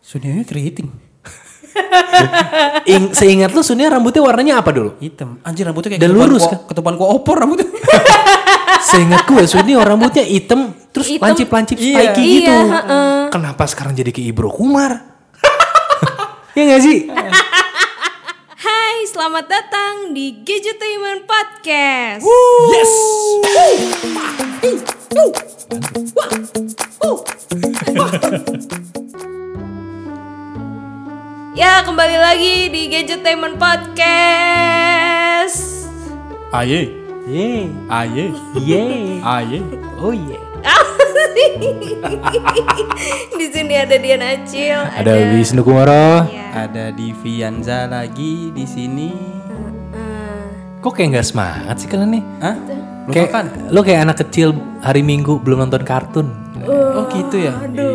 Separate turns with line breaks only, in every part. Sunyonya keriting.
Ing- seingat lu Sunia rambutnya warnanya apa dulu?
Hitam. Anjir rambutnya kayak
Dan
ketupan
lurus,
gua-
kan?
Ketupan gua opor rambutnya.
Seingat gue Sunia rambutnya hitam terus
Hitam.
lancip-lancip
Iya.
spiky
Iya,
gitu.
heeh.
Kenapa sekarang jadi ke Ibro Kumar? ya gak sih?
Hai, selamat datang di Gadgetainment Podcast.
yes.
Ya, kembali lagi di Gadgetainment Podcast.
Aye,
Yeay.
aye,
Yeay.
aye.
Oh yeah.
di sini ada Dian Acil,
Ada Wisnu Kumara.
Ya.
Ada di Vianza lagi di sini.
Kok kayak gak semangat sih kalian nih?
Hah? Lu
kayak,
makan?
Lu kayak anak kecil hari Minggu belum nonton kartun.
Oh gitu ya.
Lu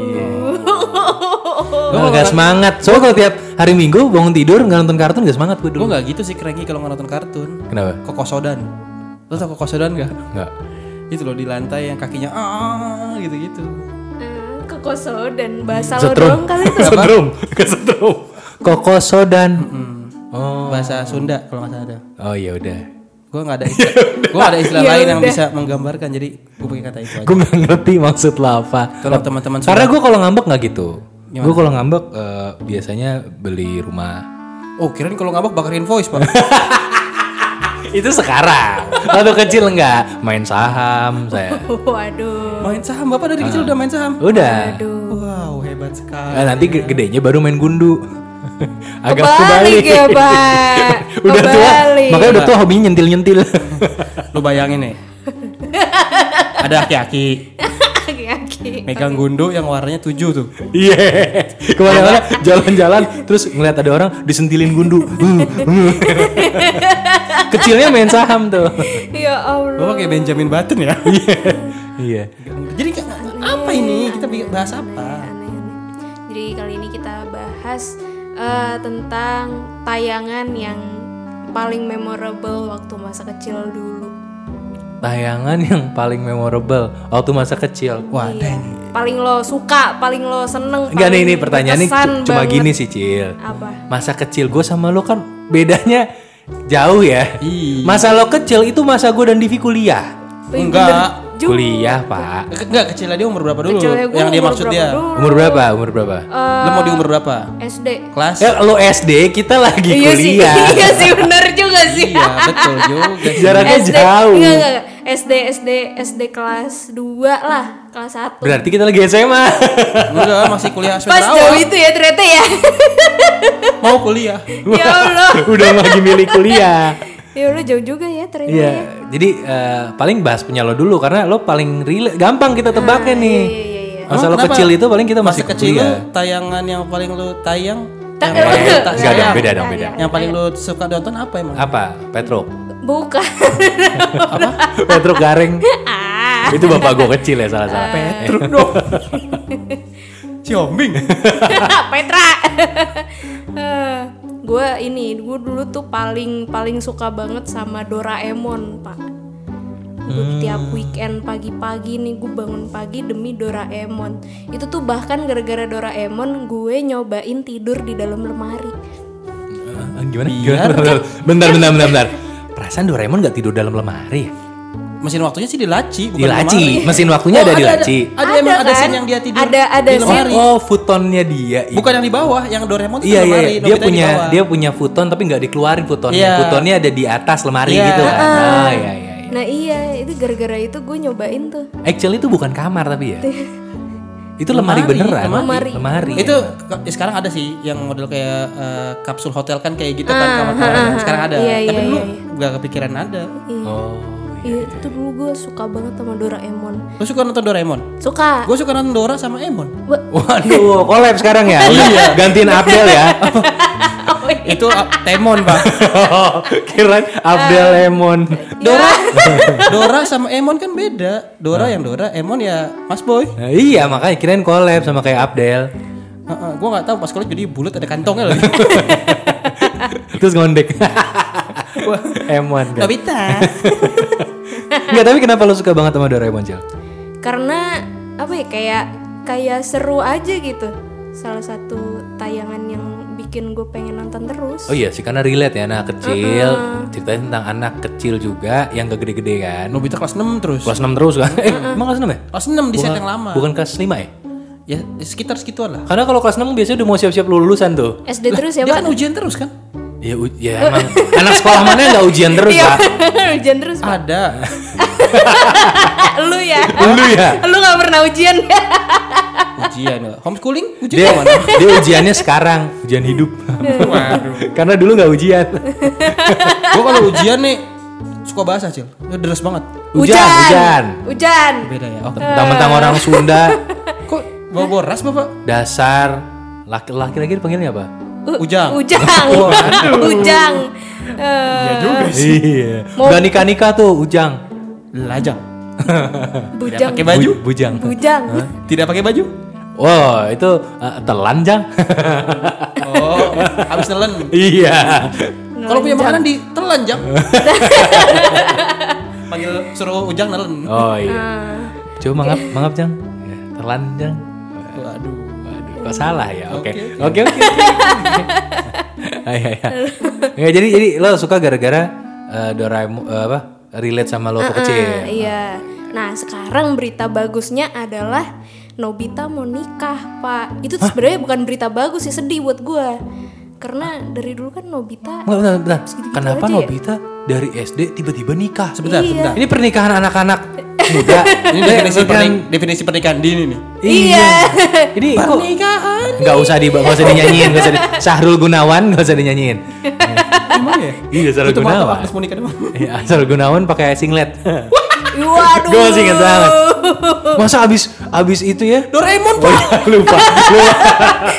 Oh.
gak semangat. Soalnya kalau tiap hari Minggu bangun tidur nggak nonton kartun gak semangat gue
Gue
dulu.
nggak gitu sih kerengi kalau nggak nonton kartun.
Kenapa?
Kokosodan. Lo tau kokosodan gak?
Enggak.
Itu loh di lantai yang kakinya ah gitu-gitu.
eh, Kekoso dan bahasa lo
Setrum.
doang kali itu.
Kesetrum. Kesetrum. Koko Sodan.
Oh. Bahasa Sunda kalau nggak salah ada.
Oh ya udah.
Gue nggak ada istilah, gua nggak ada istilah
Ya
lain yang
udah.
bisa menggambarkan. Jadi gue pakai kata itu aja.
Gue gak ngerti maksud lo apa.
Kalau teman-teman Sunda-
Karena gue kalau ngambek nggak gitu. Gue kalau ngambek eh, biasanya beli rumah.
Oh kirain kalau ngambek bakar invoice pak.
Itu sekarang. Waktu kecil enggak main saham saya.
Waduh.
main saham bapak dari kecil udah main saham.
Udah.
Wow hebat sekali.
Nah, nanti ge- gedenya baru main gundu. Agak
Kebalik
kebalik.
ya, Pak.
udah tua,
Kebalik.
makanya udah tua hobinya nyentil-nyentil.
Lu bayangin nih. ada aki-aki
Aki-aki.
megang gundu yang warnanya tujuh tuh.
Iya. Kemana-mana jalan-jalan terus ngeliat ada orang disentilin gundu. Hmm, hmm. Kecilnya main saham tuh.
Ya
Oh,
Allah.
Bapak kayak Benjamin Button ya.
Iya.
Jadi kayak, apa ini? Kita bi- bahas apa?
Iya, Aneh-aneh. Jadi kali ini kita bahas eh, tentang tayangan yang paling memorable waktu masa kecil dulu.
Tayangan yang paling memorable waktu masa kecil. Wah,
Iya. Paling lo suka, paling lo seneng.
enggak nih
paling
ini pertanyaannya
berkesan
cu- cuma
banget.
gini sih, Cil.
Apa?
Masa kecil gue sama lo kan bedanya jauh ya.
Iya.
Masa lo kecil itu masa gue dan Divi kuliah.
Enggak.
Ju-
Kuliah, Pak.
Ke- Enggak, kecilnya dia umur berapa dulu?
Kecilnya gua
yang dia
umur
maksud
berapa
dia.
dulu?
Umur berapa? Umur berapa?
Lu mau di umur berapa?
SD.
Kelas?
Ya, lo SD, kita lagi
Eh, Iya sih,
kuliah.
iya sih bener juga sih.
Iya, betul juga. sih.
Jaraknya
SD,
kan jauh.
Enggak, enggak, enggak. SD, SD, SD kelas 2 lah, kelas 1.
Berarti kita lagi SMA.
Enggak, masih kuliah
Pas
semester
jauh
awal.
itu ya ternyata ya.
Mau kuliah.
ya Allah.
Udah lagi milih kuliah.
Ya Allah jauh juga ya ternyata.
Iya,
ya.
jadi eh, paling bahas punya lo dulu karena lo paling rela- gampang kita tebaknya nih.
iya, iya, iya.
Masa lo
Emang kenapa
kecil itu paling kita
Masa
masih
kecil lu,
kuliah.
tayangan yang paling lu tayang?
Ta-
yang
eh,
paling lu tak
enggak dong,
sayang,
beda dong, beda.
Yang paling lu suka nonton apa emang?
Apa? Petruk.
Bukan.
Petruk garing.
Ah.
itu bapak gue kecil ya salah-salah.
Petruk dong. Ciombing.
Petra. gue ini, gue dulu tuh paling paling suka banget sama Doraemon, Pak. Gua tiap weekend pagi-pagi nih gue bangun pagi demi Doraemon. Itu tuh bahkan gara-gara Doraemon gue nyobain tidur di dalam lemari.
Eh, Gimana?
Iya,
Gimana? Bentar, bentar, bentar, bentar. Perasaan Doraemon gak tidur dalam lemari ya?
Mesin waktunya sih di laci, bukan
Di laci.
lemari.
Mesin waktunya
Oh,
ada di
ada-
laci.
Ada emang ada
kan?
scene yang dia tidur
Ada ada
di
scene.
lemari.
Oh, futonnya dia.
Bukan yang di bawah, yang Doraemon itu di
Iya iya,
lemari,
iya. dia
Nobita di
punya
bawah.
dia punya futon tapi nggak dikeluarin futonnya.
Iya.
Futonnya ada di atas lemari
Iya.
gitu kan. Ah, iya iya. iya.
Nah iya itu gara-gara itu gue nyobain tuh
Actually itu bukan kamar tapi ya. itu lemari,
Lemari,
beneran.
lemari.
Lemari.
itu ke- ya sekarang ada sih yang model kayak eh, kapsul hotel kan kayak gitu kan kamar-kamar ada. sekarang ada
Ah, Iya,
tapi
iya,
dulu
iya,
nggak kepikiran ada
Oh.
Iya itu dulu gue suka banget sama Doraemon
gue suka nonton Doraemon
Suka
gue suka nonton Dora sama Emon
Wa-
Waduh, collab sekarang ya. Iya. Gantiin Abdel ya.
itu ah, Temon bang
Kirain Abdel Lemon.
Dora Dora sama Emon kan beda
Ah.
Dora yang Dora Emon ya Mas Boy
Nah, iya makanya kirain collab sama kayak Abdel.
gue nggak tahu pas sekolah jadi bulat ada kantongnya lagi
Terus ngondek. Emon. kan.
Nobita
Nggak, tapi kenapa lo suka banget sama Doraemon, Cil?
Karena apa ya kayak kayak seru aja gitu salah satu tayangan yang bikin gue pengen nonton terus.
Oh iya sih karena relate ya anak kecil ceritanya tentang anak kecil juga yang gak gede-gede kan
Nobita kelas 6 terus.
kelas 6 terus kan eh emang kelas 6 ya
Kelas 6 di set yang lama.
bukan kelas 5 ya
Ya sekitar segituan lah.
karena kalau kelas 6 biasanya udah mau siap-siap lulusan tuh
SD terus ya
Dia kan
pak?
ujian terus kan?
ya, u- ya emang anak sekolah mana nggak ujian terus
Iya,
pak
ujian terus pak.
Ada.
lu ya,
lu ya
lu nggak pernah ujian ya?
ujian. Homeschooling? Ujian
dia,
kemana?
dia ujiannya sekarang ujian hidup
Waduh.
karena dulu nggak ujian
Gue kalau ujian nih suka bahasa cil. Itu deres banget.
hujan hujan
Hujan.
Beda ya. Oh.
mentang-mentang orang Sunda
Kok bawa boras bapak?
dasar laki-laki lagi dipanggilnya apa
U-
Ujang.
Ujang. Ujang. Eh,
iya
Mau-
nggak nikah nikah tuh ujang
Lajang. Tidak
Eh,
Iya,
Bujang.
pakai baju?
Bu- bujang
Bujang.
Tidak pakai baju?
Wow, itu eh, telan jang.
Oh, habis nelen.
iya.
Kalau punya makanan ditelan jang. Panggil suruh ujang nelen.
Oh iya. Coba mangap, mangap jang. Ya, telan jang.
Waduh.
Waduh, kok salah ya? Oke, oke, oke. Iya, iya. Nggak, jadi, jadi lo suka gara-gara eh, Doraemon eh, apa? Relate sama lo waktu kecil.
Nah, iya. Nah, sekarang berita bagusnya adalah Nobita mau nikah, Pak. Itu tuh sebenarnya bukan berita bagus sih, sedih buat gua. Karena dari dulu kan Nobita
Enggak, bentar, bentar.
Segitu-gitu
Kenapa
aja ya?
Nobita dari SD tiba-tiba nikah? Iya.
Sebentar, sebentar.
Ini pernikahan anak-anak muda.
Ini
Eh,
definisi,
pernikahan-
pernik- definisi pernikahan dini nih.
Iya. Ini kok
Pernikahan.
nggak usah di nggak usah dinyanyiin, nggak usah di, Syahrul Gunawan nggak usah dinyanyiin.
Emang ya?
Iya, Syahrul
Itu mah
Gunawan.
Agnes Monica doang.
Iya, Syahrul Gunawan pakai singlet.
Waduh.
Gue masih ingat banget. Masa abis abis itu ya?
Doraemon
Oh
pak.
iya, lupa. lupa.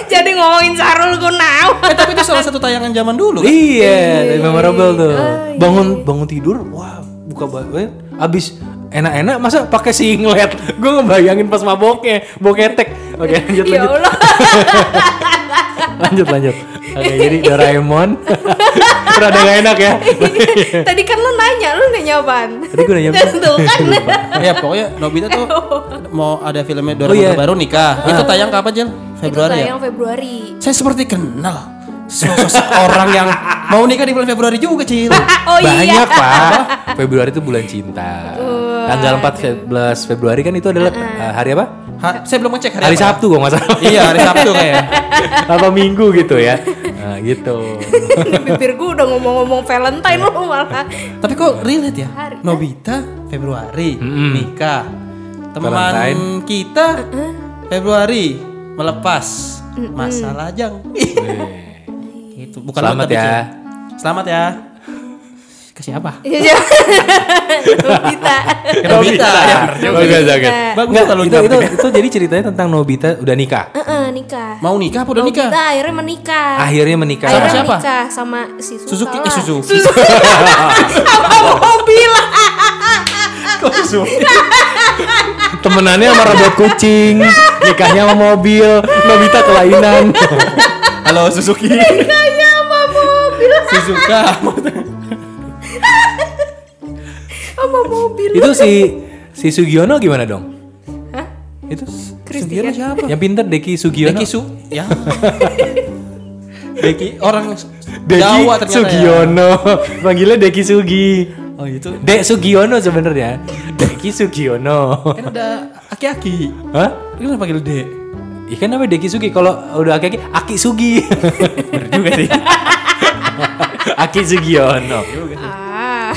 Jadi ngomongin Sarul Gunawan.
Eh, tapi itu salah satu tayangan zaman dulu kan?
iya, dari memorable tuh. Bangun bangun tidur, wah buka ba- eh, Abis enak-enak masa pakai singlet. Gue ngebayangin pas maboknya, boketek. Oke, lanjut
Ya
lanjut.
Allah.
Lanjut lanjut. Oke, jadi Doraemon. Rada gak enak ya.
Tadi kan lu nanya, lu nanya apaan?
Tadi gua nanya apa?
Tuh kan.
ya pokoknya Nobita tuh mau ada filmnya Doraemon
Oh, iya.
terbaru nikah. Ah. Itu tayang kapan Jel? Februari
Itu
ya?
tayang Februari.
Saya seperti kenal sosok orang yang mau nikah di bulan Februari juga Cil.
Oh iya.
Banyak, Pak. Februari itu bulan cinta. Tanggal 14 Februari kan itu adalah
Ah.
eh, hari apa?
Ha- saya belum ngecek hari,
Hari
apa.
Sabtu kok nggak salah.
Iya hari Sabtu kayak.
apa minggu gitu ya nah, gitu
Di bibir gue udah ngomong-ngomong Valentine lu malah.
Tapi kok relate ya?
Hari-
Nobita Februari nikah. Teman
Valentine.
kita Februari melepas masalah jang. Itu bukan lu,
Selamat
tapi,
ya.
Cil. Selamat ya. Ke siapa?
Iya. Nobita.
Ke Nobita. Ya, bener juga.
Bagus, bagus.
Bagus
Nggak,
kalau
itu, itu,
diungkapin.
itu jadi ceritanya tentang Nobita udah nikah
Heeh, nikah.
Mau nikah apa udah nikah?
Nobita akhirnya menikah.
akhirnya menikah
Ah. akhirnya
siapa?
menikah sama si Suzuka
Suzuki,
lah.
eh Suzuki.
Sama mobil lah.
temenannya sama robot kucing nikahnya sama mobil Nobita kelainan
Halo Suzuki.
Kayaknya Iya, sama mobil.
Suzuka.
Sama mobil.
itu si si Sugiono gimana dong
Hah?
itu
Christian.
yang pinter Deki Sugiono
Deki Su. Ya. Deki orang
Deki
Jawa ternyata ya.
Sugiono panggilnya Deki Sugi
Oh itu.
Dek Sugiono sebenarnya Deki Sugiono
Kan ada aki-aki.
Hah?
Kenapa panggil Dek?
Ikan namanya Deki Sugi kalau udah aki-aki Aki Sugi. Bener juga sih. aki Sugiono.
Ah.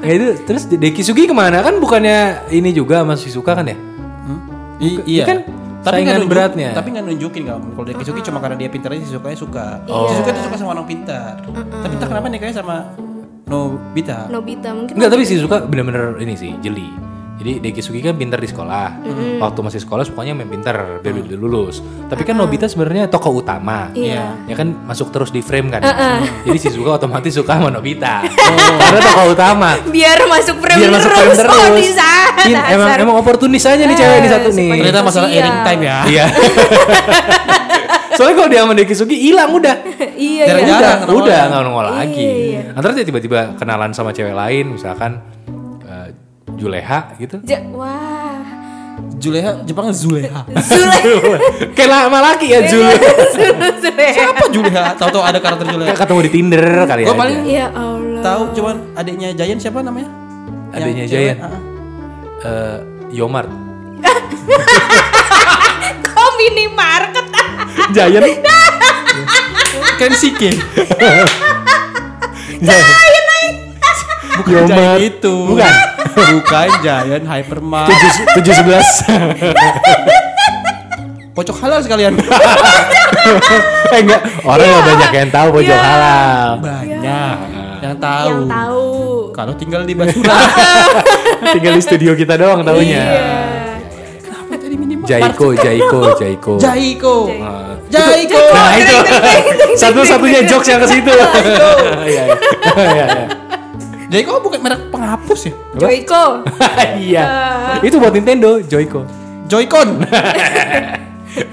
Ya itu terus Deki Sugi kemana kan bukannya ini juga sama Shizuka kan ya?
I- iya.
kan saingan
nggak nunjuk-
beratnya.
Tapi nggak nunjukin nggak. Kalau Deki Suki cuma karena dia pintar aja Suzukanya suka. Suzuka tuh suka sama orang pintar. Tapi entah kenapa nikahnya sama Nobita.
Nobita mungkin
Enggak tapi Shizuka bener-bener ini sih jeli. Jadi Deki Sugi kan pintar di sekolah.
Mm-hmm.
Waktu masih sekolah sukanya main pintar
Mm.
biar udah lulus. Tapi kan Nobita sebenarnya tokoh utama.
Iya.
Ya kan masuk terus di frame kan. Jadi Shizuka otomatis suka sama Nobita. Karena tokoh utama.
biar masuk frame
biar
terus.
masuk frame terus.
Oh, di sana.
Ini emang
dasar. Eh,
emang oportunis aja nih cewek ini satu nih.
supaya-
Ternyata masalah
Sosial.
airing time ya.
Iya. Soalnya kalau dia sama Deki Sugi hilang udah.
Iya,
Jarang-
udah,
iya.
jarang nongol
udah
ya.
nggak nongol lagi.
Iya, iya.
Antara dia tiba-tiba kenalan sama cewek lain, misalkan eh, Juleha gitu.
Ja- Wah.
Juleha Jepang Zuleha.
Zule
Kayak lama laki ya Jul.
Siapa Juleha? Tahu-tahu ada karakter Juleha.
Ketemu di Tinder kali ya.
Gua paling
Ya Allah
tahu cuman adiknya Jayan siapa namanya?
Adiknya
Yang
Jayan.
cewek, ah.
Eh, Yomart.
Kok minimarket
Jayan.
Kensuke.
Yomart.
Jayan itu.
Bukan.
Bukan Jayan Hypermart.
Tujuh tujuh sebelas.
Pocok halal sekalian.
Eh enggak. Orang nggak banyak yang tahu pojok halal.
Banyak yang tahu.
Yang tahu
Kalau tinggal di Basura.
Tinggal di studio kita doang
Iya.
tahunya. Jaiko, Jaiko, Jaiko.
Jaiko. Jaiko.
Nah itu satu-satunya jokes yang ke situ. Iya, iya.
Jaiko bukan merek penghapus ya?
Joyko
Iya. Itu buat Nintendo, Joyco.
Joycon.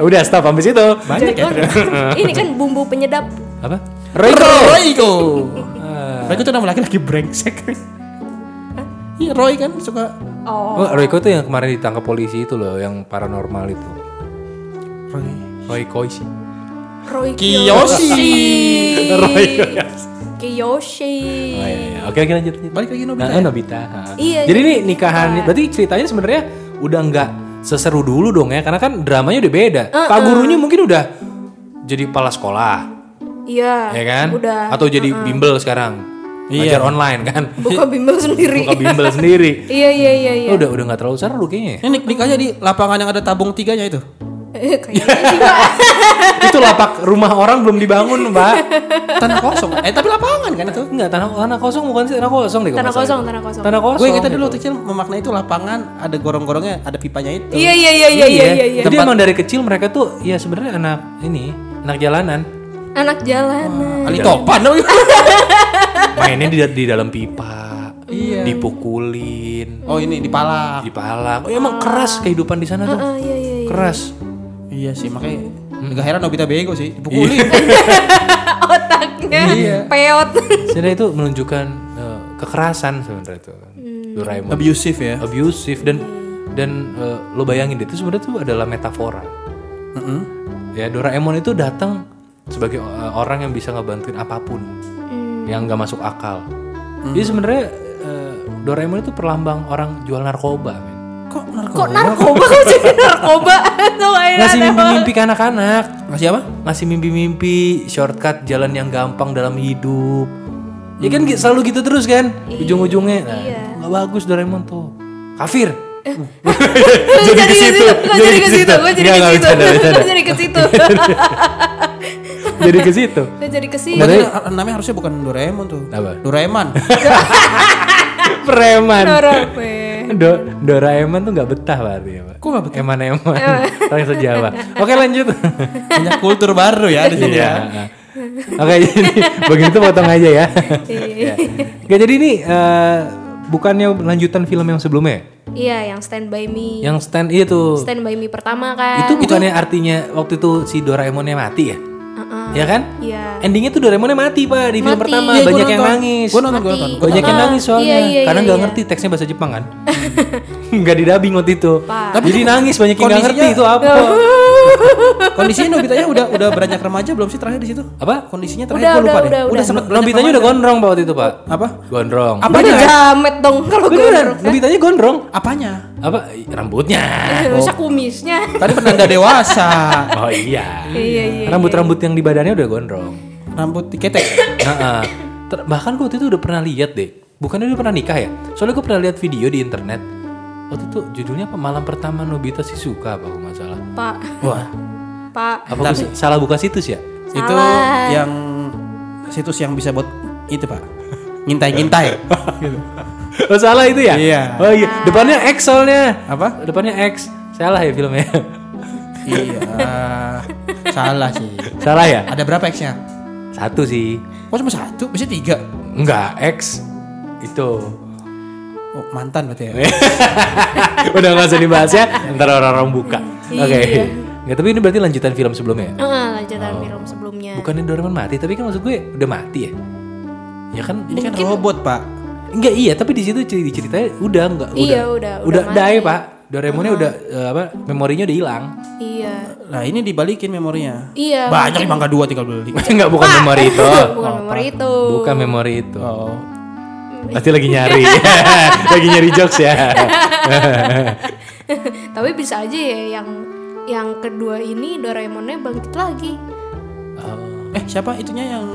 Udah stop habis itu.
Banyak ya.
Joyko Ini kan bumbu penyedap
Apa?
Royko. Royko. Royko itu nama laki-laki brengsek. Hah? Iya Roy kan suka
Oh
Oh, Royko tuh yang kemarin ditangkap polisi itu loh, yang paranormal itu. Royko sih.
Roy
Kiyoshi.
Kiyoshi
Oh, iya, Oke, oke lanjut. lanjut.
balik lagi Nobita.
Nah, eh, Nobita. Ha.
Iya,
Jadi ini nikahan, berarti ceritanya sebenarnya udah nggak seseru dulu dong ya, karena kan dramanya udah beda.
Eh,
Pak gurunya mungkin udah jadi kepala sekolah,
Iya
ya kan?
Udah Eh,
Atau jadi bimbel sekarang, ngajar online kan?
Buka bimbel sendiri
Buka bimbel sendiri.
Iya iya iya iya
Oh, udah udah nggak terlalu seru kayaknya. ya.
Ini nik- nikahnya di lapangan yang ada tabung tiganya itu.
Eh, Kayaknya sih Pak.
Itu lapak rumah orang belum dibangun, Mbak.
Tanah kosong. Eh tapi lapangan kan itu.
Enggak, tanah tanah kosong bukan sih tanah kosong deh. kalau
Tanah
nggak salah.
kosong Tanah kosong
Tanah kosong. Iya,
Gue kita dulu waktu kecil memaknai itu lapangan ada gorong-gorongnya, ada pipanya itu.
Iya iya iya iya
ya.
iya iya, iya
Jadi emang dari kecil mereka tuh ya sebenarnya anak ini anak jalanan
Anak jalanan
Ali topan namanya.
mainnya di, di dalam pipa,
Iya.
dipukulin,
Oh ini di pala.
dipalak. Oh, emang keras kehidupan di sana tuh,
Ah iya iya iya
keras.
Iya sih makanya nggak heran Nobita bego sih dipukuli.
Iya.
Otaknya Peot
Sebenarnya itu menunjukkan eh, kekerasan sebenarnya itu.
Hmm.
Doraemon
Abusive ya.
abusive dan dan eh, lo bayangin deh, itu sebenarnya tuh adalah metafora. Ya Doraemon itu datang sebagai eh, orang yang bisa ngebantuin apapun yang nggak masuk akal. Jadi sebenarnya eh, Doraemon itu perlambang orang jual narkoba. men.
Kok
Kok
narkoba?
narkoba Kok jadi narkoba Tuh kayak
Ngasih mimpi-mimpi ke anak-anak,
Masih apa?
ngasih mimpi-mimpi shortcut jalan yang gampang dalam hidup. Ya kan
Hmm.
gi- selalu gitu terus kan,
Iya.
ujung-ujungnya nah, nggak bagus Doraemon tuh, kafir.
Eh.
Uh.
Gua jadi ke situ, gua jadi ke situ, gua jadi
Nggak,
ke
nggak,
situ,
bercanda, bercanda.
gua jadi ke situ,
jadi ke situ.
gua jadi ke situ.
Berarti na- namanya harusnya bukan Doraemon tuh.
Apa?
Doraemon.
Preman.
Dorong, weh.
Do- Doraemon tuh nggak betah berarti ya pak.
Kok nggak
betah? Eman-eman. Orang sejawa. Oke lanjut.
Punya kultur baru ya di sini
Iya.
ya.
Oke jadi begitu potong aja ya. Gak jadi ini eh, bukannya lanjutan film yang sebelumnya? ya?
Iya, yang Stand By Me,
Yang stand itu.
Stand By Me pertama kan?
Itu bukannya artinya waktu itu si Doraemonnya mati ya? Ya kan?
Iya.
Endingnya tuh Doraemonnya mati pak di film
Mati.
pertama
Iya, gua
banyak yang
nonton.
nangis.
Gua nonton, gua nonton.
Mati.
Gua
Banyak yang
Ah,
nangis soalnya,
iya, iya,
karena
iya,
nggak
iya.
ngerti teksnya bahasa Jepang kan, nggak didubbing waktu itu.
Pak.
Jadi nangis banyak yang nggak ngerti itu
Kondisinya-
apa.
Kondisinya Nobitanya udah udah beranjak remaja belum sih terakhir di situ?
Apa?
Kondisinya terakhir
Udah,
gua lupa
udah,
deh.
udah, udah.
sempet beranjak
Nobitanya udah gondrong pak waktu itu pak.
remaja. apa?
Gondrong.
Apa
Udah
ya?
jamet dong kalau gue
Beneran? Nobitanya gondrong.
Apanya?
Apa? Rambutnya.
rusak Eh, kumisnya.
Tadi penanda dewasa.
Oh iya.
Iya, iya.
Rambut-rambut yang di badannya udah gondrong.
Rambut diketek.
Nah, eh, ter- bahkan gue waktu itu udah pernah lihat deh. Bukannya udah pernah nikah ya? Soalnya gue pernah lihat video di internet. Waktu itu judulnya apa? Malam pertama Nobita Shizuka apa kalau nggak salah.
Pak,
Wah,
Pak,
Apa gua sih- salah buka situs ya?
itu yang situs yang bisa buat itu, Pak. Ngintai-ngintai.
Oh salah itu ya?
Iya.
Oh iya. Depannya X soalnya.
Apa?
Depannya X. Salah ya filmnya.
iya. Salah sih.
salah ya?
Ada berapa X-nya?
Satu sih.
Kok cuma satu? Bisa tiga?
Enggak, X itu.
Oh, mantan berarti ya?
Udah nggak usah dibahas ya. Ntar orang-orang buka.
Iya.
Oke. Nggak, tapi ini berarti lanjutan film sebelumnya. ya?
Ah, lanjutan film sebelumnya.
Bukannya Doraemon mati, tapi kan maksud gue udah mati ya. Ya kan?
Ini kan robot, Pak.
Enggak iya, tapi di situ cerita ceritanya udah enggak udah.
Iya, udah,
Udah,
udah
die,
mati. Uh-huh.
Pak. Doraemonnya udah eh, apa memorinya udah hilang.
Iya.
Nah ini dibalikin memorinya.
Iya.
Banyak yang mangga dua tinggal beli.
Enggak bukan memori itu.
Bukan memori itu.
Bukan memori itu.
Oh.
Pasti lagi nyari. lagi nyari jokes ya.
Tapi bisa aja ya yang yang kedua ini Doraemonnya bangkit lagi.
Eh siapa itunya yang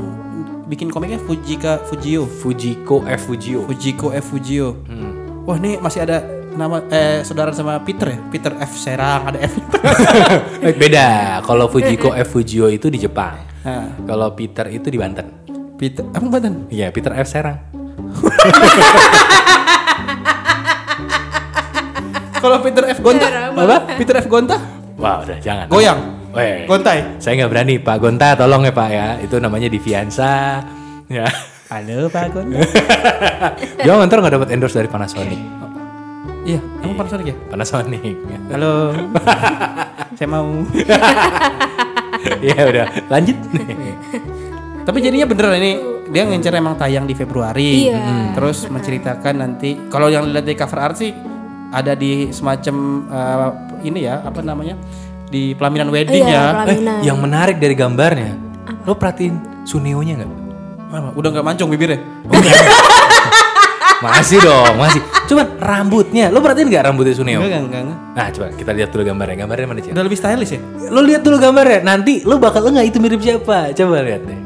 bikin komiknya Fujika Fujio.
Fujiko F Fujio.
Fujiko F Fujio. Wah ini masih ada nama eh saudara sama Peter ya. Peter F Serang ada F.
Beda. Kalau Fujiko F Fujio itu di Jepang.
Nah,
Kalau Peter itu di Banten.
Peter. Emang Banten?
Iya, Peter F Serang.
Kalau Peter F Gonta, apa? Peter F Gonta?
Wah, udah jangan.
Goyang. Eh.
Weh.
Gontai.
Saya nggak berani, Pak Gonta tolong ya Pak ya. Itu namanya Diviansa. Ya.
Halo Pak Gonta.
Jangan ntar nggak dapat endorse dari Panasonic.
iya, emang Panasonic ya?
Panasonic.
Halo. Saya mau.
ya udah, lanjut.
Tapi jadinya beneran ini dia ngincer emang tayang di Februari.
Iya.
Mm. Terus menceritakan nanti kalau yang lihat di cover art sih ada di semacam eh, ini ya, apa namanya? Di pelaminan wedding
Iya,
ya.
eh,
pelaminan.
yang menarik dari gambarnya, lo perhatiin Suneo-nya nggak?
Apa, Udah nggak mancung bibirnya.
Masih dong, masih. Cuman rambutnya, lo perhatiin nggak rambutnya Suneo?
Enggak, enggak, enggak, enggak.
Nah, coba kita lihat dulu gambarnya. Gambarnya mana sih?
Udah lebih stylish ya?
Lo lihat dulu gambarnya. Nanti lo bakal enggak itu mirip siapa? Coba lihat deh.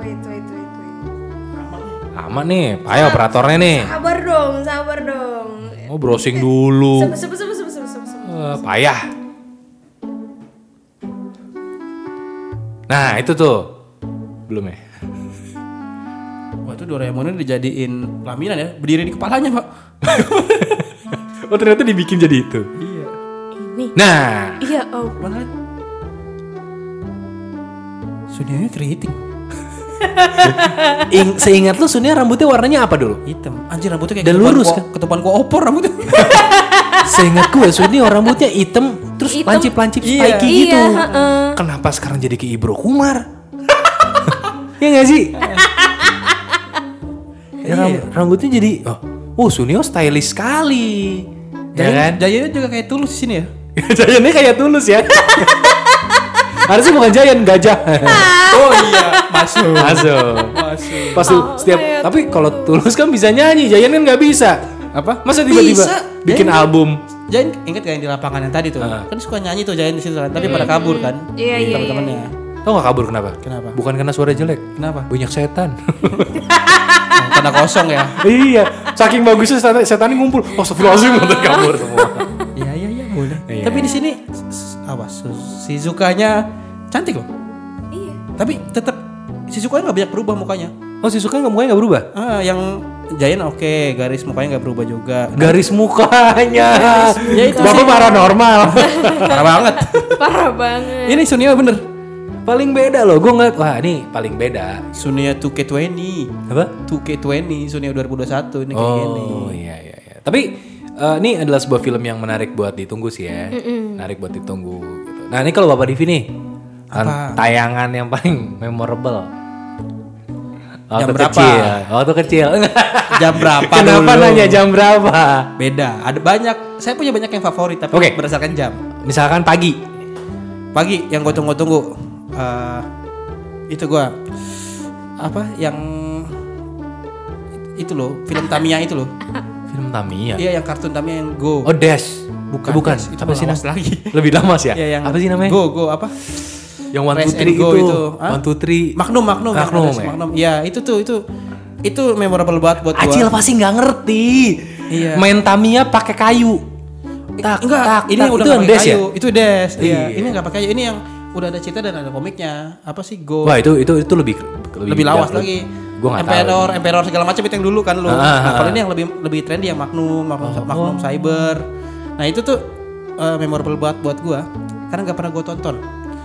Wait, wait, wait, wait.
Aman nih, ayo operatornya nih.
Sabar dong, sabar dong.
Oh, browsing dulu.
Sabar, sabar, sabar, sabar, sabar, sabar.
Eh, payah. Nah itu tuh belum ya.
Wah itu Doraemonnya dijadiin pelaminan ya, berdiri di kepalanya pak.
Oh ternyata dibikin jadi itu.
Iya.
Ini.
Nah
Iya, oh.
Mana? Sunyonya keriting,
ing- seingat lu Sunia rambutnya warnanya apa dulu?
hitam. Anjir rambutnya kayak
Dan
ketupan
lurus,
kuah-
kan?
Ketupan kuah opor rambutnya.
Seingat gue Sunia rambutnya hitam terus
Hitam.
lancip-lancip spiky
Iya,
gitu.
heeh.
Kenapa sekarang jadi ke Ibro Kumar? ya gak sih? Ya, ram- rambutnya jadi oh, oh Sunio stylish sekali. Ya kan?
Jayanya juga kayak tulus di sini ya.
Giant-nya kayak tulus ya. Harusnya bukan Giant, gajah.
oh iya, masuk. Oh, iya.
Masuk.
Masuk.
Pas lu setiap tapi kalau tulus kan bisa nyanyi, Giant kan nggak bisa.
Apa?
Masa tiba-tiba
Bisa.
bikin
Giant- kan-
album?
Jain inget gak yang di lapangan yang tadi tuh? Kan suka nyanyi tuh Jain di situ kan, tapi pada kabur kan.
Iya, iya,
Teman-temannya.
Tau gak kabur kenapa?
Kenapa?
Bukan karena suara jelek.
Kenapa?
Banyak setan.
Karena kosong ya.
iya, saking bagusnya setan, setan ngumpul. Oh,
Ah.
astagfirullahaladzim, nonton kabur semua.
Iya iya iya boleh. Tapi di sini s- awas Su- Shizukanya cantik loh.
Iya.
Tapi tetap Shizukanya nggak banyak berubah mukanya.
Oh, si Suka nggak mukanya nggak berubah?
Ah, yang Jayan oke, garis mukanya nggak berubah juga.
Garis mukanya.
Ya, itu
Bapak paranormal.
Parah banget.
Parah banget.
Ini Sunia bener.
paling beda loh, gue ngeliat. Wah, ini paling beda.
Sunia 2K20.
Apa?
2K20 Sunia 2021 ini kayak gini.
Oh iya iya iya. Tapi eh, ini adalah sebuah film yang menarik buat ditunggu sih ya. Menarik buat ditunggu gitu. Nah, ini kalau Bapak Divi nih kan tayangan yang paling memorable. Waktu
Jam berapa?
kecil. Waktu kecil.
Jam berapa
Kenapa
dulu?
nanya jam berapa?
Beda. Ada banyak. Saya punya banyak yang favorit tapi
Oke.
berdasarkan jam.
Misalkan pagi.
Pagi yang gue tunggu-tunggu eh, itu gua apa yang itu loh film Tamiya itu loh
Film Tamiya.
iya yang kartun Tamiya yang go
Ya. Oh, Dash. Bukan. Bukan.
Yes, itu
apa sih
lawas
namanya?
lagi
Lebih lama sih ya?
Iya, yang
apa sih namanya?
go go apa
Yang one two
Press and
three
go
itu.
itu. Hah?
One two three.
Magnum, Magnum, yang
Magnum,
ada,
ya?
Magnum. Ya, itu tuh itu itu memorable banget buat gua.
Acil pasti nggak ngerti.
Iya. Eh,
Main Tamiya pakai kayu. Tak,
Enggak,
tak,
ini udah
tak. itu
nggak pakai
Andes ya?
kayu. Itu Des. Iya,
Iya.
ini enggak pakai kayu. Ini yang udah ada cerita dan ada komiknya. Apa sih Go?
Wah, itu itu itu lebih
lebih, lawas lagi.
Gue nggak tahu.
Emperor, Emperor segala macam itu yang dulu kan lu.
Ah, ah, Oh.
nah, kalau
ah.
ini yang lebih lebih trendy yang Magnum, Magnum, Magnum Cyber. Nah, itu tuh eh, memorable banget buat gua karena nggak pernah gua tonton.